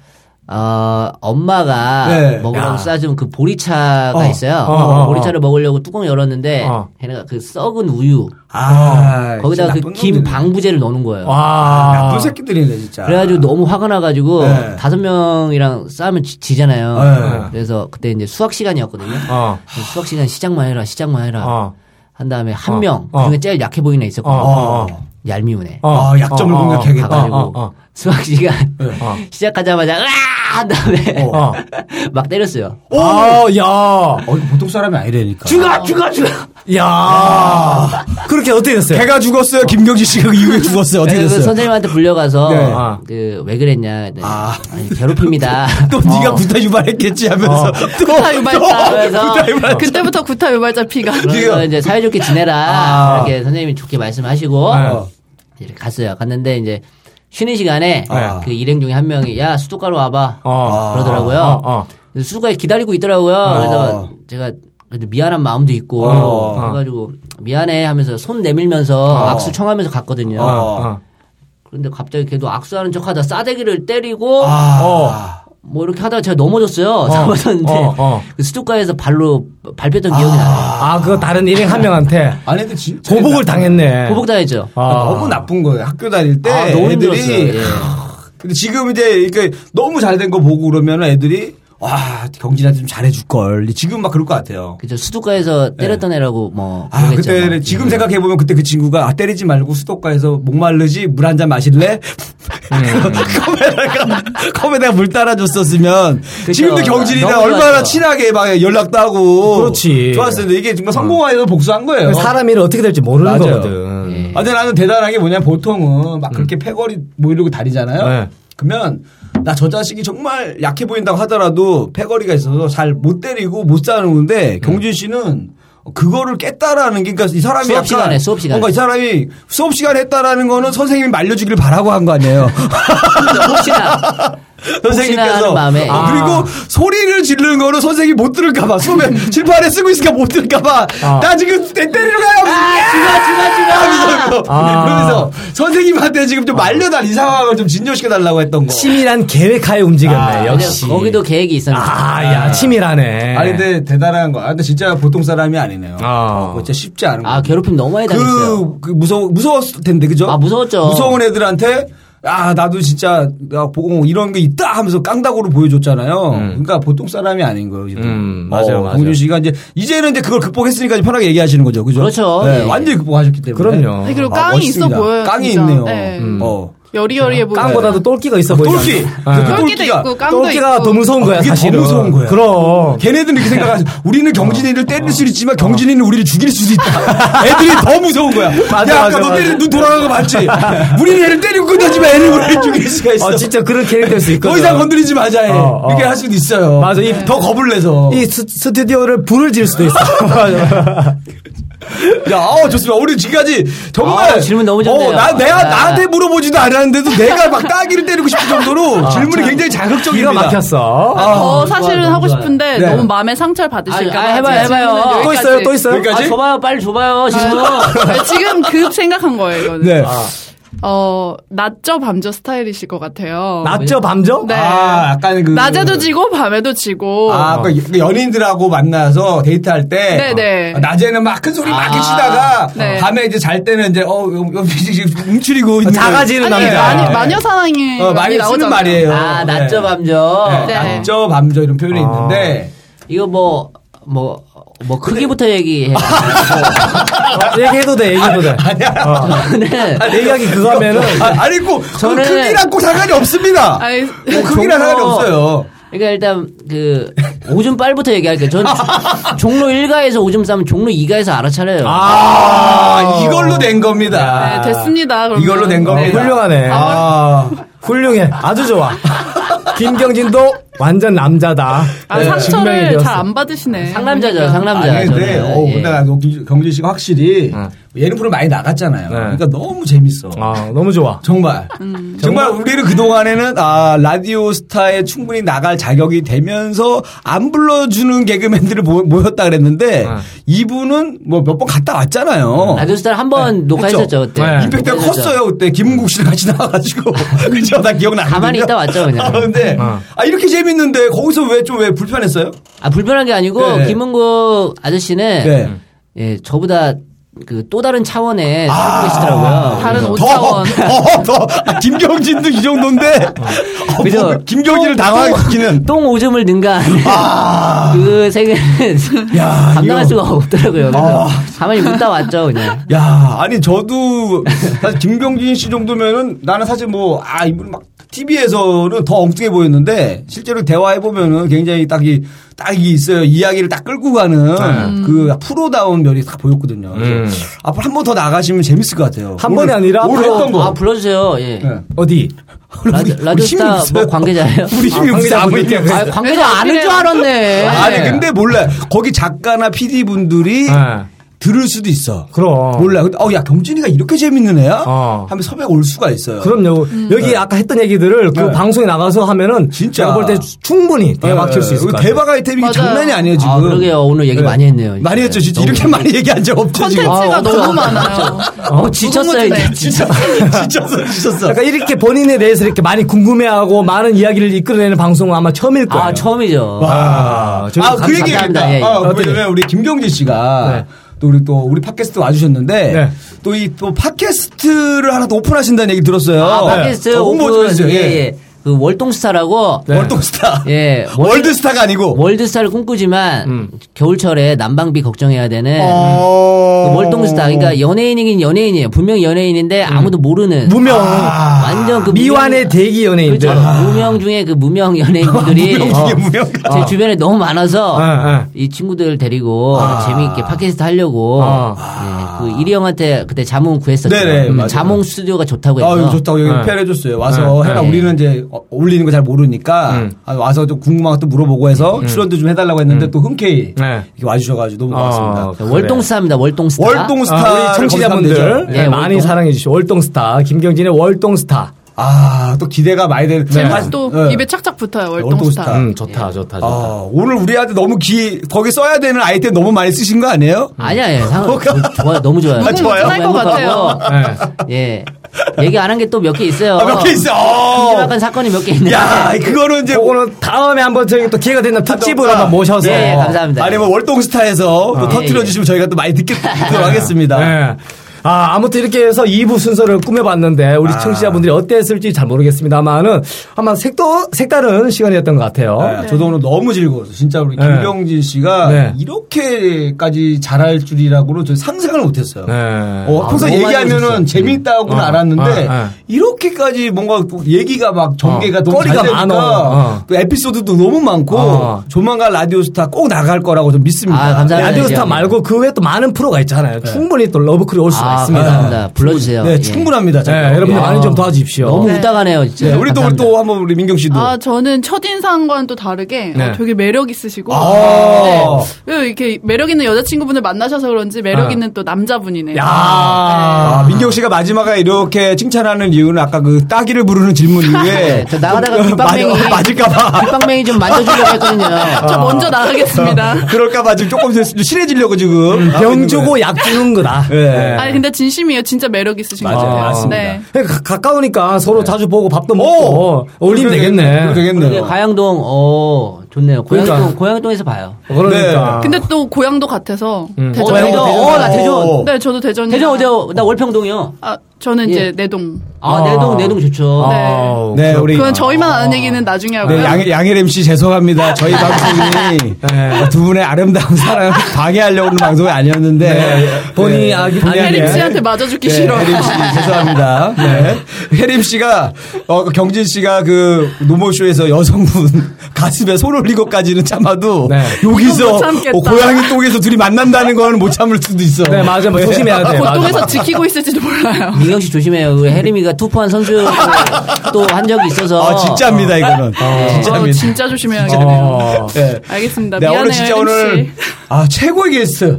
S2: 어, 엄마가
S1: 네.
S2: 먹으라고
S4: 야.
S2: 싸준 그 보리차가
S1: 어,
S2: 있어요.
S4: 어, 어, 어.
S2: 보리차를 먹으려고 뚜껑 열었는데
S4: 어.
S2: 걔네가 그 썩은 우유
S1: 아,
S2: 거기다가
S1: 진짜 나쁜
S2: 그 김
S1: 놈들이네.
S2: 방부제를 넣는 거예요.
S4: 아. 와.
S1: 나쁜 그 새끼들이네, 진짜.
S2: 아. 그래가지고 너무 화가 나가지고
S1: 네.
S2: 다섯 명이랑 싸우면 지, 지잖아요.
S1: 네.
S2: 그래서 그때 이제 수학 시간이었거든요.
S4: 어.
S2: 수학 시간 시작만 해라, 시작만 해라
S4: 어.
S2: 한 다음에
S4: 어.
S2: 한 명
S4: 어.
S2: 그중에 제일 약해 보이는 애 있었거든요.
S4: 어, 어, 어.
S2: 얄미우네.
S1: 아, 약점을 공략해야겠다.
S2: 가가지고
S4: 어, 어,
S2: 수학 시간
S4: 어.
S2: 시작하자마자 으아 한 다음에
S4: 어. 어.
S2: 막 때렸어요.
S4: 오! 아, 야.
S1: 어, 보통 사람이 아니라니까.
S2: 죽어 죽어 죽어. 네.
S4: 야. 그렇게 어떻게 됐어요?
S1: 걔가 죽었어요. 김경진 씨가 그 이후에 죽었어요. 어떻게
S2: 그래서 그
S1: 됐어요?
S2: 선생님한테 불려가서
S1: 네.
S4: 아.
S2: 그 왜 그랬냐. 네.
S1: 아.
S2: 아니, 괴롭힘이다.
S1: 또
S2: 어.
S1: 네가 구타 유발했겠지 하면서
S4: 어.
S1: 또
S3: 구타 유발자.
S2: 그래서
S1: 어, 구타 아, 유발.
S3: 그때부터 구타 유발자 피가.
S2: 그래서 이제 사이좋게 지내라
S1: 아.
S2: 이렇게 선생님이 좋게 말씀하시고
S4: 네.
S1: 어.
S2: 이렇게 갔어요. 갔는데 이제 쉬는 시간에
S1: 아.
S2: 그 일행 중에 한 명이 야 수도가로 와봐
S4: 네. 어.
S2: 그러더라고요.
S4: 어, 어.
S2: 그래서 수도가에 기다리고 있더라고요. 그래서 제가 그래도 미안한 마음도 있고
S1: 어.
S2: 그래가지고 미안해 하면서 손 내밀면서
S1: 어.
S2: 악수 청하면서 갔거든요.
S1: 어.
S4: 어.
S2: 그런데 갑자기 걔도 악수하는 척하다 싸대기를 때리고
S1: 아.
S4: 어.
S2: 뭐 이렇게 하다가 제가 넘어졌어요. 넘어졌는데
S4: 어, 어.
S2: 그 수도가에서 발로 밟혔던 기억이 나요.
S4: 아, 그거 다른 일행 한 명한테
S1: 아니 근데 진짜
S4: 보복을 당했네.
S2: 보복당했죠.
S1: 아,
S4: 아.
S1: 너무 나쁜 거예요. 학교 다닐 때
S2: 아, 너무 힘들었어요.
S1: 애들이
S2: 예.
S1: 근데 지금 이제 이렇게 너무 잘 된 거 보고 그러면 애들이 와 경진한테 좀 잘해줄 걸 지금 막 그럴 것 같아요.
S2: 그죠 수도가에서 때렸던 애라고 뭐.
S1: 아
S2: 그러겠죠,
S1: 그때
S2: 뭐.
S1: 지금 생각해 보면 그때 그 친구가 아, 때리지 말고 수도가에서 목마르지 물 한 잔 마실래? 컵에다가 컵에다가 물 따라줬었으면 지금도 경진이랑
S2: 너무
S1: 얼마나
S2: 좋았죠.
S1: 친하게 막 연락도 하고
S4: 그렇지.
S1: 좋았을 텐데 이게 정말 성공하여서 복수한 거예요.
S4: 사람 일이 어떻게 될지 모르는
S1: 맞아요.
S4: 거거든.
S2: 예. 음.
S1: 아, 근데 나는 대단한 게 뭐냐 보통은 막 그렇게 패거리 뭐 이러고 다니잖아요.
S4: 네.
S1: 그러면 나 저 자식이 정말 약해 보인다고 하더라도 패거리가 있어서 잘 못 때리고 못
S2: 네.
S1: 싸우는데 경준 씨는 그거를 깼다라는 게 그러니까 이 사람이
S2: 수업
S1: 약간
S2: 시간에, 수업 시간에.
S1: 뭔가 이 사람이 수업 시간에 했다라는 거는 선생님이 말려주길 바라고 한 거 아니에요.
S2: 혹시나 아, 혹시나
S1: 선생님께서
S2: 하는 마음에. 아.
S1: 어, 그리고 소리를 지르는 거는 선생님이 못 들을까봐 수업에
S2: 음.
S1: 칠판에 쓰고 있으니까 못 들을까봐
S4: 아.
S1: 나 지금 내 때리러 가요. 아, 죽어 죽어 죽어.
S4: 아.
S1: 그러면서 선생님한테 지금 좀 말려달 이 상황을 좀 진정시켜 달라고 했던 거.
S4: 치밀한 계획하에 움직였네.
S1: 아,
S4: 역시.
S2: 거기도 계획이 있었는데.
S4: 아, 야, 치밀하네.
S1: 아니 근데 대단한 거. 아, 근데 진짜 보통 사람이 아니네요.
S4: 아.
S1: 어, 그거 진짜 쉽지 않은 거.
S2: 아, 괴롭힘 너무 많이 당했어요.
S1: 그, 그 무서워 무서웠을 텐데 그죠?
S2: 아, 무서웠죠.
S1: 무서운 애들한테 아 나도 진짜 나 보고 어, 이런 게 있다 하면서 깡다구로 보여줬잖아요. 그러니까 보통 사람이 아닌 거예요. 지금. 어,
S4: 음, 맞아요, 맞아요.
S1: 공준 씨가 이제 이제는 이제 그걸 극복했으니까 이제 편하게 얘기하시는 거죠, 그죠?
S2: 그렇죠.
S1: 네,
S2: 예.
S1: 완전히 극복하셨기 때문에.
S4: 그럼요.
S3: 아니, 그리고
S1: 아,
S3: 깡이 있어
S1: 멋있습니다.
S3: 보여요.
S1: 깡이
S3: 진짜.
S1: 있네요.
S3: 네.
S1: 어.
S3: 여리여리해 보여.
S4: 깡보다도 똘끼가 있어 보이잖아.
S1: 네. 똘끼.
S4: 예.
S1: 그
S3: 똘끼도
S1: 똘끼가- 아,
S3: 있고 깡도
S4: 똘끼가
S3: 있고.
S4: 더 무서운 거야,
S1: 그게 더
S4: 사실은.
S1: 무서운 거야.
S4: 그럼.
S1: 걔네들은 이렇게 생각하지. 우리는 경진이를 때릴 수 있지만 경진이는 우리를 죽일 수도 있다. 애들이 더 무서운 거야.
S4: 맞아,
S1: 야, 아까
S4: 맞아,
S1: 너
S4: 맞아.
S1: 때리는 눈 돌아간 거 맞지? 우리는 애를 때리고 끝나지만 애를 우리를 죽일 수가 있어.
S4: 아, 진짜 그런 캐릭터 될수 있거든.
S1: 더 이상 건드리지 마자 해.
S4: 어, 어.
S1: 이렇게 할 수도 있어요.
S4: 맞아, 이-
S1: 더 겁을 내서.
S4: 이 스, 스튜디오를 불을 지를 수도 있어. 맞아.
S1: 야, 어, 좋습니다. 우리 지금까지 정말.
S2: 아, 질문 너무 좋네요.
S1: 어, 나, 내가,
S2: 아.
S1: 나한테 물어보지도 않았는데도 내가 막 까기를 때리고 싶을 정도로 질문이 굉장히
S4: 아, 기가
S1: 자극적입니다.
S4: 막혔어.
S1: 아,
S3: 더
S2: 너무
S3: 사실은
S2: 좋아요,
S3: 하고
S2: 너무
S3: 싶은데
S1: 좋아요. 네.
S3: 너무 마음에 상처를 받으실까
S2: 아,
S3: 봐.
S2: 아, 해봐요, 해봐요.
S4: 또 있어요, 또 있어요.
S1: 여기까지?
S2: 아, 줘봐요, 빨리 줘봐요, 지금.
S3: 아. 지금 급 생각한 거예요, 이거는.
S1: 네.
S4: 아.
S3: 어, 낮저 밤저 스타일이실 것 같아요.
S4: 낮죠, 밤죠?
S3: 네.
S1: 아, 약간 그.
S3: 낮에도 지고 밤에도 지고.
S1: 아, 그 여- 그 연인들하고 만나서 데이트할 때
S3: 네네.
S1: 어, 낮에는 막 큰 소리 막 치다가
S3: 네.
S1: 밤에 이제 잘 때는 이제 어 어, 어, 움츠리고 있는
S4: 작아지는
S3: 아니, 그
S4: 남자.
S3: 마녀,
S1: 네.
S3: 마녀 사랑이
S1: 어, 많이
S3: 많이
S1: 쓰는
S3: 나오잖아요.
S1: 말이에요.
S2: 아, 낮죠,
S1: 네.
S2: 밤죠.
S1: 네.
S3: 네.
S1: 낮죠 밤죠 이런 표현이 있는데
S2: 이거 뭐, 뭐, 뭐, 크기부터
S1: 네.
S2: 얘기해.
S4: 어, 얘기해도 돼, 얘기해도 돼. 어.
S1: 아니야.
S2: 저는,
S4: 얘기하기 그거 하면은.
S1: 아, 아니 꼭
S2: 저는-
S1: 그 크기랑 꼭 상관이 없습니다.
S3: 아니,
S1: 뭐 크기랑
S2: 종로-
S1: 상관이 없어요.
S2: 그러니까 일단, 그, 오줌 빨부터 얘기할게요. 전 주- 종로 1가에서 오줌 싸면 종로 2가에서 알아차려요.
S1: 아, 이걸로 된 겁니다.
S3: 네, 됐습니다. 그러면.
S1: 아, 이걸로 된
S4: 어,
S1: 겁니다.
S4: 훌륭하네.
S1: 아,
S4: 훌륭해. 아주 좋아. 김경진도 완전 남자다.
S3: 아,
S4: 네. 증명이
S3: 상처를
S4: 되었어.
S3: 잘 안 받으시네.
S2: 아,
S3: 그러니까.
S2: 상남자죠, 상남자.
S1: 그러니까. 아니,
S3: 네.
S1: 근데,
S2: 저는.
S1: 어,
S2: 예.
S1: 근데 나 경- 경진 씨가 확실히 뭐 예능 프로 많이 나갔잖아요. 그러니까 너무 재밌어.
S4: 아, 너무 좋아.
S1: 정말.
S2: 음.
S1: 정말 우리는 그동안에는 아, 라디오 스타에 충분히 나갈 자격이 되면서 안 불러주는 개그맨들을 모, 모였다 그랬는데 이분은 뭐 몇 번 갔다 왔잖아요.
S2: 라디오스타를 한 번 녹화했었죠,
S1: 했죠.
S2: 그때.
S4: 네.
S1: 임팩트가
S2: 녹화했었죠.
S1: 컸어요 그때 김은국 씨랑 같이 나와가지고 그죠 나 기억나
S2: 가만히 있다 왔죠, 그냥.
S1: 아, 근데
S4: 어.
S1: 아 이렇게 재밌는데 거기서 왜 좀 왜 불편했어요?
S2: 아, 불편한 게 아니고,
S1: 네.
S2: 김은국 아저씨는,
S1: 네.
S2: 예, 저보다 그 또 다른 차원에
S1: 아.
S2: 살고 계시더라고요.
S3: 다른
S2: 그래서
S1: 더,
S3: 오차원.
S1: 어, 더. 아, 김경진도 이 정도인데. 어,
S2: 그죠?
S1: 뭐, 김경진을 당황시키는. 아.
S2: 똥 오줌을 능가하는 그 세계는
S1: 야,
S2: 감당할
S1: 이거.
S2: 수가 없더라고요. 그래서
S1: 아.
S2: 가만히 묻다 왔죠 그냥.
S1: 야, 아니 저도 사실 김경진 씨 정도면은 나는 사실 뭐 아 이분 막 TV에서는 더 엉뚱해 보였는데 실제로 대화해 보면은 굉장히 딱이 딱이 있어요. 이야기를 딱 끌고 가는
S2: 네.
S1: 그 프로다운 면이 다 보였거든요. 그래서
S6: 음.
S1: 앞으로 한 번 더 나가시면 재밌을 것 같아요.
S4: 한 번이 아니라
S1: 오늘
S4: 바로-
S1: 했던 거.
S2: 아 불러주세요. 예.
S1: 네.
S4: 어디?
S1: 우리-
S2: 라디오,
S1: 우리 힘이
S2: 라디오스타
S1: 없어요.
S2: 뭐 관계자예요?
S1: 우리 힘이 없어. 아무
S4: 관계자분들
S1: 힘이 없어.
S2: 아, 관계자 아는 줄 알았네.
S1: 아니 근데 몰라. 거기 작가나 PD 분들이
S4: 네.
S1: 들을 수도 있어.
S4: 그럼.
S1: 몰라. 근데 어야 경진이가 이렇게 재밌는 애야?
S4: 어.
S1: 하면 섭외 올 수가 있어요.
S4: 그럼요.
S3: 음.
S4: 여기 아까 했던 얘기들을 그
S1: 네.
S4: 방송에 나가서 하면은
S1: 진짜. 네,
S4: 제가 볼 때 충분히 대박 칠 수 있을 것 같아요.
S1: 예. 대박 아이템이
S3: 맞아요.
S1: 장난이 아니에요 지금.
S2: 아, 그러게요. 오늘 얘기
S1: 네.
S2: 많이 했네요. 진짜.
S1: 많이 했죠. 진짜
S4: 예.
S2: 너무-
S1: 이렇게 많이 얘기한 적 없죠 지금.
S3: 콘텐츠가
S2: 아,
S3: 너무
S2: 엄청-
S3: 많아요.
S2: 어, 지쳤어요, 이제.
S3: 궁금증이.
S1: 진짜 지쳤어, 지쳤어.
S4: 약간 그러니까 이렇게 본인에 대해서 이렇게 많이 궁금해하고 많은 이야기를 이끌어내는 방송은 아마 처음일 거예요.
S2: 아, 처음이죠.
S1: 네. 와.
S4: 저기
S1: 아, 그
S2: 감-
S1: 얘기
S2: 감사합니다.
S1: 해야겠다.
S2: 예, 예.
S1: 아,
S4: 어떻게-
S1: 왜냐면 우리 김경진 씨가
S4: 네.
S1: 또 우리 또 우리 팟캐스트 와주셨는데
S4: 네.
S1: 또 이 또 팟캐스트를 하나 더 오픈하신다는 얘기 들었어요.
S2: 아, 팟캐스트
S1: 어, 홍보 좀
S2: 오픈.
S1: 해주세요.
S2: 예, 예. 그 월동스타라고
S4: 네.
S1: 월동스타.
S2: 예, 월-
S1: 월드스타가 아니고.
S2: 월드스타를 꿈꾸지만 겨울철에 난방비 걱정해야 되는
S1: 어.
S2: 그 월동스타. 그러니까 연예인이긴 연예인이에요. 분명 연예인인데 아무도 모르는
S4: 무명
S1: 아,
S2: 완전 그
S4: 아, 미완의 대기 연예인들.
S2: 그렇죠. 무명 중에 그 무명 연예인들이 어,
S1: 무명 중에 무명. 아.
S2: 제 주변에 너무 많아서
S4: 예,
S2: 이 친구들 데리고
S1: 아.
S2: 재미있게 팟캐스트 하려고
S4: 아.
S2: 예, 그 이리 형한테 그때 자몽 구했었죠. 음,
S1: 네네, 맞아요.
S2: 자몽 스튜디오가 좋다고
S1: 아,
S2: 해서
S1: 이거 좋다고 여기
S4: 네.
S1: 피해해줬어요. 와서
S4: 네.
S1: 해라.
S2: 네.
S1: 우리는 이제 어, 올리는 거 잘 모르니까 아, 와서 좀 궁금한 것도 물어보고 해서 출연도 좀 해달라고 했는데 또 흔쾌히
S4: 네.
S1: 이렇게 와주셔가지고 너무 고맙습니다.
S4: 아,
S2: 그러니까 월동스타입니다. 월동스타.
S1: 월동스타
S4: 아, 우리 청취자분들 네,
S2: 예,
S4: 많이
S2: 월동.
S4: 사랑해 주시오. 월동스타 김경진의 월동스타.
S1: 아, 또 기대가 많이 되는.
S3: 제목 또 입에 착착 붙어요.
S1: 네. 월동스타.
S3: 월동스타.
S4: 음 좋다 좋다 좋다.
S1: 아, 오늘 우리한테 너무 기, 거기 써야 되는 아이템 너무 많이 쓰신 거 아니에요?
S2: 아니야, 아니야. 상관 좋아요. 너무 좋아요.
S1: 아, 좋아요? 네.
S2: 너무
S3: 끝날 것
S2: 행복하고, 예. 얘기 안 한 게 또 몇 개 있어요.
S1: 아, 몇개 있어. 어.
S2: 끔찍한 사건이 몇 개 있는데.
S1: 야, 그거는 이제.
S4: 그거는 어, 다음에 한번 저희 또 기회가 된다면 특집으로 한번 모셔서
S1: 예,
S2: 네, 감사합니다.
S1: 아니면 월동스타에서 또
S2: 예,
S1: 터트려 주시면 저희가 또 많이 듣겠도록 하겠습니다.
S4: 예. 아, 아무튼 이렇게 해서 2부 순서를 꾸며봤는데 우리 청취자분들이 어땠을지 잘 모르겠습니다만은 아마 색도 색다른 시간이었던 것 같아요.
S1: 네, 저도 오늘 너무 즐거웠어요. 진짜 우리
S4: 어? 네.
S1: 김병진 씨가
S4: 네.
S1: 이렇게까지 잘할 줄이라고는 저 상상을 못했어요.
S4: 네.
S1: 어, 평소
S2: 아, 너무 많이
S1: 얘기하면은 재밌다고는 알았는데
S4: 어, 어.
S1: 이렇게까지 뭔가 또 얘기가 막 전개가
S4: 어,
S1: 너무
S4: 거리가
S1: 잘 되니까
S4: 많어. 어.
S1: 또 에피소드도 너무 많고
S4: 어.
S1: 조만간 라디오스타 꼭 나갈 거라고 좀 믿습니다.
S2: 아, 감사합니다.
S4: 네, 라디오스타
S2: 얘기하면.
S4: 말고 그 외에 또 많은 프로가 있잖아요. 충분히 또 러브콜이 올 수가
S2: 아,
S4: 있습니다.
S2: 감사합니다. 불러주세요.
S1: 네,
S2: 예.
S1: 충분합니다.
S4: 네,
S1: 저희가.
S4: 여러분들
S1: 예.
S4: 많이 좀 도와주십시오.
S2: 너무
S3: 네.
S2: 우다가네요, 진짜.
S1: 네, 우리 또 우리
S2: 감사합니다.
S1: 또 한번 우리 민경 씨도
S3: 아, 저는 첫인상과는 또 다르게 어,
S4: 네.
S3: 되게 매력 있으시고.
S1: 아.
S3: 네. 이렇게 매력 있는 여자친구분을 만나셔서 그런지 매력
S4: 아.
S3: 있는 또 남자분이네요.
S1: 아, 민경 씨가 마지막에 이렇게 칭찬하는 이유는 아까 그 따기를 부르는 질문 이후에 아,
S2: 네, 저 나가다가 귓방맹이
S1: 어, 맞을까봐 아,
S2: 뒷방맹이 좀 만져주려고 했거든요.
S3: 저 먼저 나가겠습니다.
S1: 그럴까봐 지금 조금 실해지려고 지금
S4: 음, 병 주고 네. 약 주는 거다. 네.
S1: 예.
S3: 아니 근데 진심이에요. 진짜 매력 있으신 것
S1: 맞아요.
S3: 같아요.
S1: 맞습니다.
S3: 네.
S4: 그러니까 가- 가까우니까 서로 자주 보고 밥도
S1: 오
S4: 먹고 어, 올리면 네. 되겠네.
S2: 근데
S1: 되겠네.
S2: 가양동, 어, 좋네요. 고양동,
S4: 그러니까.
S2: 고양동에서 봐요.
S1: 아.
S4: 그러니까.
S3: 근데 또 고향도 같아서
S1: 음.
S3: 대전.
S2: 어, 대전. 어, 나 대전.
S1: 오.
S3: 네, 저도 대전.
S2: 대전 어디요? 나 월평동이요.
S3: 아, 저는
S2: 예.
S3: 이제 내동.
S2: 아, 내동, 내동 좋죠.
S3: 네.
S4: 아우,
S1: 네,
S4: 그렇구나.
S1: 우리
S3: 그건 저희만 아는 얘기는 나중에 하고요.
S1: 네, 양일, 양일 MC 죄송합니다. 저희 방송이 어,
S4: 네.
S1: 두 분의 아름다운 사랑을 방해하려고 하는 방송이 아니었는데
S4: 본인이 아,
S3: 혜림 씨한테 맞아 죽기
S1: 네,
S3: 싫어.
S1: 혜림 씨 죄송합니다. 네. 혜림 씨가 어, 경진 씨가 그 노모쇼에서 여성분 가슴에 손 올리고까지는 참아도
S4: 네.
S3: 이건
S1: 여기서
S3: 못 참겠다.
S1: 어, 고양이 똥에서 둘이 만난다는 건 못 참을 수도 있어.
S4: 네, 맞아. 뭐 조심해야 돼. 맞아.
S3: 보통에서 지키고 있을지도 몰라요.
S2: 민경 씨 조심해요. 그 혜림이가 투포한 선수 또 한 적이 있어서.
S1: 아 진짜입니다 이거는.
S3: 아,
S1: 네, 진짜입니다.
S3: 진짜 조심해야겠네요.
S4: 어.
S1: 네.
S3: 알겠습니다.
S1: 네,
S3: 미안해요.
S1: 오늘 진짜
S3: 혜림 씨.
S1: 오늘 아 최고의 게스트.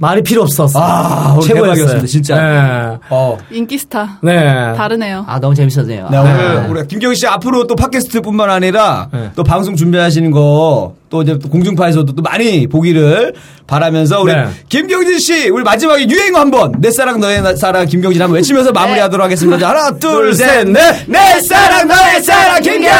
S4: 말이 필요 없었어.
S1: 아, 오늘
S4: 최고였어요.
S1: 대박이었습니다, 진짜.
S4: 네.
S1: 어.
S3: 인기스타.
S4: 네.
S3: 다르네요.
S2: 아, 너무 재밌었네요.
S1: 네, 오늘 우리 김경희 씨 앞으로 또 팟캐스트뿐만 아니라 또 방송 준비하시는 거 또 이제 또 공중파에서도 또 많이 보기를 바라면서 우리
S4: 네.
S1: 김경진 씨 우리 마지막에 유행어 한번 내 사랑 너의 나- 사랑 네. 김경진 한번 외치면서 마무리하도록 하겠습니다. 하나 둘 셋 넷 내 사랑 너의 사랑 김경진 네.